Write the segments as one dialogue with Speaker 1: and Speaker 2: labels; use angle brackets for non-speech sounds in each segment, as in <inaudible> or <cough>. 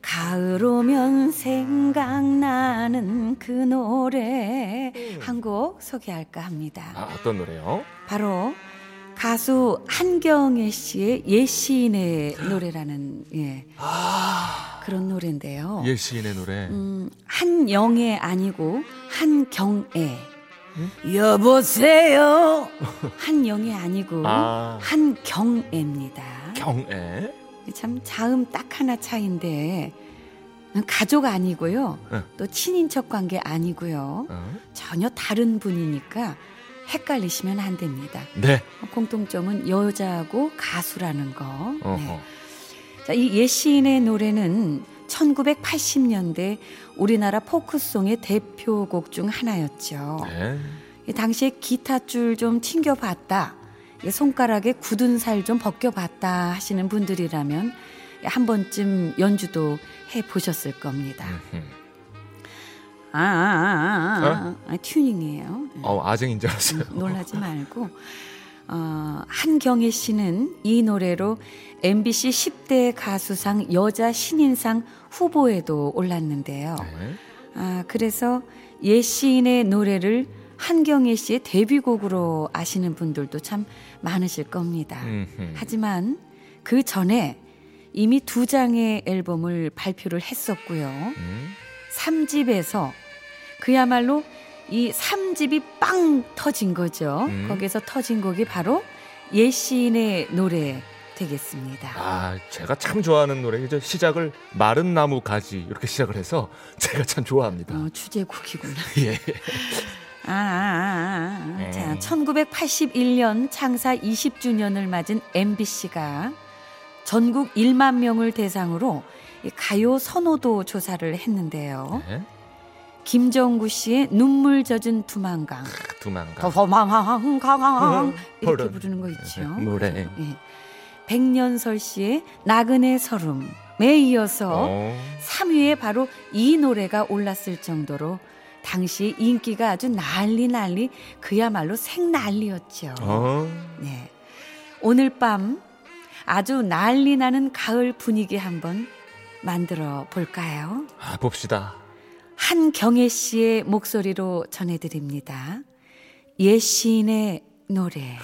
Speaker 1: 가을 오면 생각나는 그 노래 한 곡 소개할까 합니다.
Speaker 2: 아, 어떤 노래요?
Speaker 1: 바로 가수 한경애 씨의 예시인의 노래라는 예. 그런 노래인데요.
Speaker 2: 예 시인의 노래.
Speaker 1: 음, 한영애 아니고 한경애. 음? <laughs> 여보세요. 한영애 아니고
Speaker 2: 아.
Speaker 1: 한경애입니다.
Speaker 2: 경애.
Speaker 1: 참 자음 딱 하나 차인데 가족 아니고요.
Speaker 2: 네.
Speaker 1: 또 친인척 관계 아니고요.
Speaker 2: 어?
Speaker 1: 전혀 다른 분이니까 헷갈리시면 안 됩니다.
Speaker 2: 네.
Speaker 1: 공통점은 여자하고 가수라는 거. 네.
Speaker 2: 어허.
Speaker 1: 자, 이 예시인의 노래는 1980년대 우리나라 포크송의 대표곡 중 하나였죠.
Speaker 2: 네.
Speaker 1: 이 당시에 기타줄 좀 튕겨봤다, 이 손가락에 굳은 살 좀 벗겨봤다 하시는 분들이라면 한 번쯤 연주도 해보셨을 겁니다.
Speaker 2: 음.
Speaker 1: 아, 아, 아, 아, 아, 튜닝이에요. 네.
Speaker 2: 네?
Speaker 1: 음,
Speaker 2: 어, 아쟁인 줄 알았어요.
Speaker 1: 놀라지 말고 어, 한경애 씨는 이 노래로 MBC 10대 가수상 여자 신인상 후보에도 올랐는데요.
Speaker 2: 네.
Speaker 1: 아, 그래서 예 시인의 노래를 한경애 씨의 데뷔곡으로 아시는 분들도 참 많으실 겁니다.
Speaker 2: 음흠.
Speaker 1: 하지만 그 전에 이미 두 장의 앨범을 발표를 했었고요.
Speaker 2: 음.
Speaker 1: 3집에서 그야말로 이 3집이 빵 터진 거죠.
Speaker 2: 음.
Speaker 1: 거기에서 터진 곡이 바로 예시인의 노래 되겠습니다.
Speaker 2: 아, 제가 참 좋아하는 노래이죠. 시작을 마른 나무 가지 이렇게 시작을 해서 제가 참 좋아합니다.
Speaker 1: 어, 주제곡이구나.
Speaker 2: <laughs> 예.
Speaker 1: 아, 아, 아, 아. 자,
Speaker 2: 음.
Speaker 1: 1981년 창사 20주년을 맞은 MBC가 전국 1만 명을 대상으로 이 가요 선호도 조사를 했는데요.
Speaker 2: 네.
Speaker 1: 김정구 씨의 눈물 젖은 두만강,
Speaker 2: 그러니까. 두만강. 음,
Speaker 1: 더망강강 이렇게
Speaker 2: 그런.
Speaker 1: 부르는 거 있죠.
Speaker 2: 네, 노래.
Speaker 1: 예. 백년설 씨의 나그네 설움에 이어서
Speaker 2: 어.
Speaker 1: 3위에 바로 이 노래가 올랐을 정도로 당시 인기가 아주 난리 난리 그야말로 생난리였죠.
Speaker 2: 어.
Speaker 1: 네. 오늘 밤 아주 난리 나는 가을 분위기 한번 만들어 볼까요?
Speaker 2: 아, 봅시다.
Speaker 1: 한경애 씨의 목소리로 전해드립니다. 예 시인의 노래.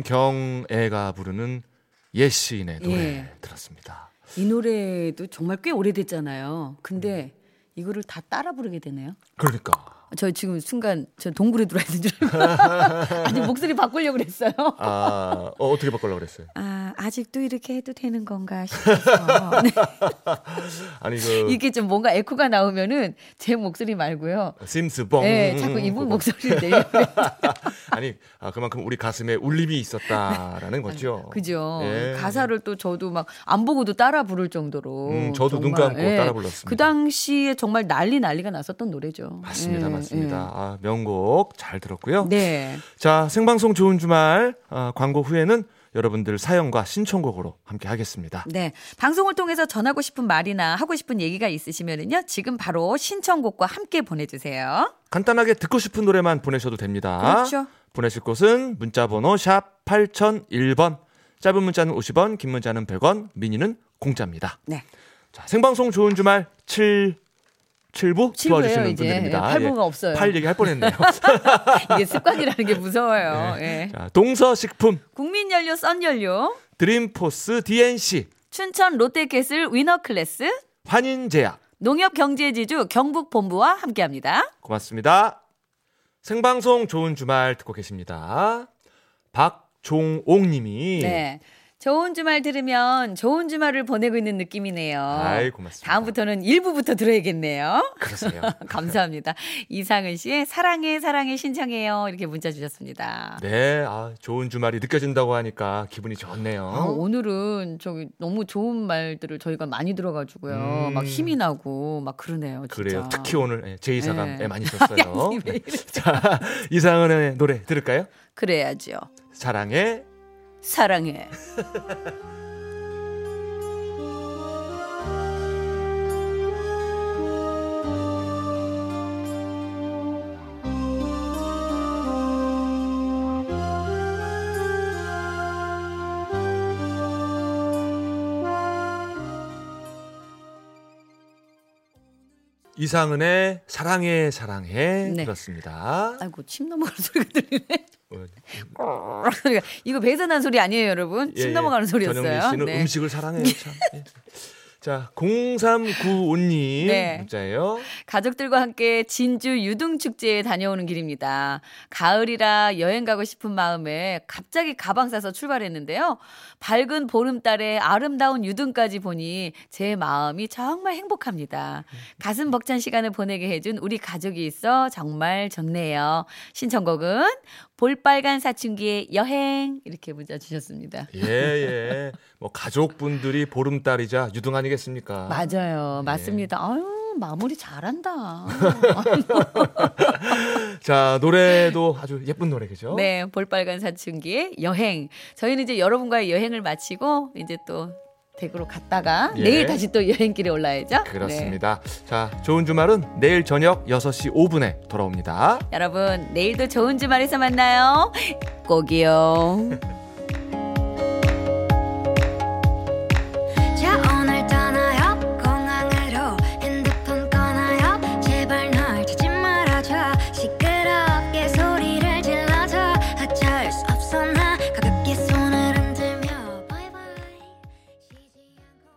Speaker 2: 한경애가 부르는 예시인의 노래
Speaker 1: 예.
Speaker 2: 들었습니다.
Speaker 1: 이 노래도 정말 꽤 오래됐잖아요. 근데 이거를 다 따라 부르게 되네요.
Speaker 2: 그러니까
Speaker 1: 저 지금 순간 저 동굴에 들어와 있는 줄
Speaker 2: <laughs>
Speaker 1: 알고 아니 목소리 바꾸려고 그랬어요.
Speaker 2: 아, 어, 어떻게 바꾸려고 그랬어요?
Speaker 1: 아 아직도 이렇게 해도 되는 건가 싶어서 <laughs> 네.
Speaker 2: 아니, 그,
Speaker 1: 이게 좀 뭔가 에코가 나오면은 제 목소리 말고요.
Speaker 2: 심스 봉.
Speaker 1: 네, 자꾸 이분 목소리를
Speaker 2: <laughs>
Speaker 1: 내려.
Speaker 2: 음. 예. 아니, 아, 그만큼 우리 가슴에
Speaker 1: <laughs>
Speaker 2: 울림이 있었다라는 거죠.
Speaker 1: 그죠.
Speaker 2: 예.
Speaker 1: 가사를 또 저도 막 안 보고도 따라 부를 정도로.
Speaker 2: 음, 저도 눈
Speaker 1: 정말,
Speaker 2: 감고 따라 불렀습니다.
Speaker 1: 그 당시에 정말 난리 난리가 났었던 노래죠.
Speaker 2: 맞습니다,
Speaker 1: 예,
Speaker 2: 맞습니다. 아, 명곡 잘 들었고요.
Speaker 1: 예. 네.
Speaker 2: 자, 생방송 좋은 주말 아, 광고 후에는 여러분들 사연과 신청곡으로 함께 하겠습니다.
Speaker 1: 네. 방송을 통해서 전하고 싶은 말이나 하고 싶은 얘기가 있으시면은요. 지금 바로 신청곡과 함께 보내 주세요.
Speaker 2: 간단하게 듣고 싶은 노래만 보내셔도 됩니다.
Speaker 1: 그렇죠.
Speaker 2: 보내실 곳은 문자번호 샵 8001번. 짧은 문자는 50원, 긴 문자는 100원, 미니는 공짜입니다.
Speaker 1: 네.
Speaker 2: 자, 생방송 좋은 주말 7, 7부
Speaker 1: 칠부예요,
Speaker 2: 도와주시는
Speaker 1: 이제.
Speaker 2: 분들입니다.
Speaker 1: 예, 팔부가 없어요.
Speaker 2: 팔 얘기할 뻔했네요. <laughs>
Speaker 1: 이게 습관이라는 게 무서워요. 예.
Speaker 2: 자, 동서식품,
Speaker 1: 국민 연료 썬 연료,
Speaker 2: 드림포스 DNC,
Speaker 1: 춘천 롯데캐슬 위너 클래스,
Speaker 2: 환인제약.
Speaker 1: 농협 경제 지주 경북 본부와 함께 합니다.
Speaker 2: 고맙습니다. 생방송 좋은 주말 듣고 계십니다. 박종옥 님이
Speaker 1: 네. 좋은 주말 들으면 좋은 주말을 보내고 있는 느낌이네요.
Speaker 2: 아이, 고맙습니다.
Speaker 1: 다음부터는 일부부터 들어야겠네요.
Speaker 2: 그러세요.
Speaker 1: 감사합니다. <laughs> 이상은 씨의 사랑해 사랑해 신청해요. 이렇게 문자 주셨습니다.
Speaker 2: 네, 아, 좋은 주말이 느껴진다고 하니까 기분이 좋네요.
Speaker 1: 아, 오늘은 저기 너무 좋은 말들을 저희가 많이 들어가지고요.
Speaker 2: 음.
Speaker 1: 막 힘이 나고 막 그러네요. 진짜.
Speaker 2: 그래요. 특히 오늘 예, 제2사감에
Speaker 1: 네.
Speaker 2: 많이
Speaker 1: <laughs>
Speaker 2: 썼어요.
Speaker 1: 아니, 왜
Speaker 2: 네. <laughs> 자, 이상은의 노래 들을까요?
Speaker 1: 그래야죠.
Speaker 2: 사랑해.
Speaker 1: 사랑해.
Speaker 2: 이상은의 사랑해 사랑해
Speaker 1: 네.
Speaker 2: 들었습니다.
Speaker 1: 아이고 침 넘어가는 소리가 들리네. <laughs>
Speaker 2: 어,
Speaker 1: 그러니까 이거 배에서 난 소리 아니에요, 여러분.
Speaker 2: 예,
Speaker 1: 침
Speaker 2: 예.
Speaker 1: 넘어가는 소리였어요.
Speaker 2: 전영미 씨는
Speaker 1: 네.
Speaker 2: 음식을 사랑해요. 참. 예. 자, 0395님
Speaker 1: 네.
Speaker 2: 문자예요.
Speaker 1: 가족들과 함께 진주 유등 축제에 다녀오는 길입니다. 가을이라 여행 가고 싶은 마음에 갑자기 가방 싸서 출발했는데요. 밝은 보름달에 아름다운 유등까지 보니 제 마음이 정말 행복합니다. 가슴 벅찬 시간을 보내게 해준 우리 가족이 있어 정말 좋네요. 신청곡은 볼빨간 사춘기의 여행 이렇게 문자 주셨습니다.
Speaker 2: 예, 예. 뭐 가족분들이 보름달이자 유등 아니겠습니까?
Speaker 1: 맞아요. 맞습니다. 아유, 마무리 잘한다.
Speaker 2: 자, 노래도 아주 예쁜 노래 그죠?
Speaker 1: 네, 볼빨간 사춘기의 여행. 저희는 이제 여러분과의 여행을 마치고 이제 또 댁으로 갔다가
Speaker 2: 예.
Speaker 1: 내일 다시 또 여행길에 올라야죠. 네.
Speaker 2: 그렇습니다. 자, 좋은 주말은 내일 저녁 6시 5분에 돌아옵니다.
Speaker 1: 네. 여러분, 내일도 좋은 주말에서 만나요. 꼭이요.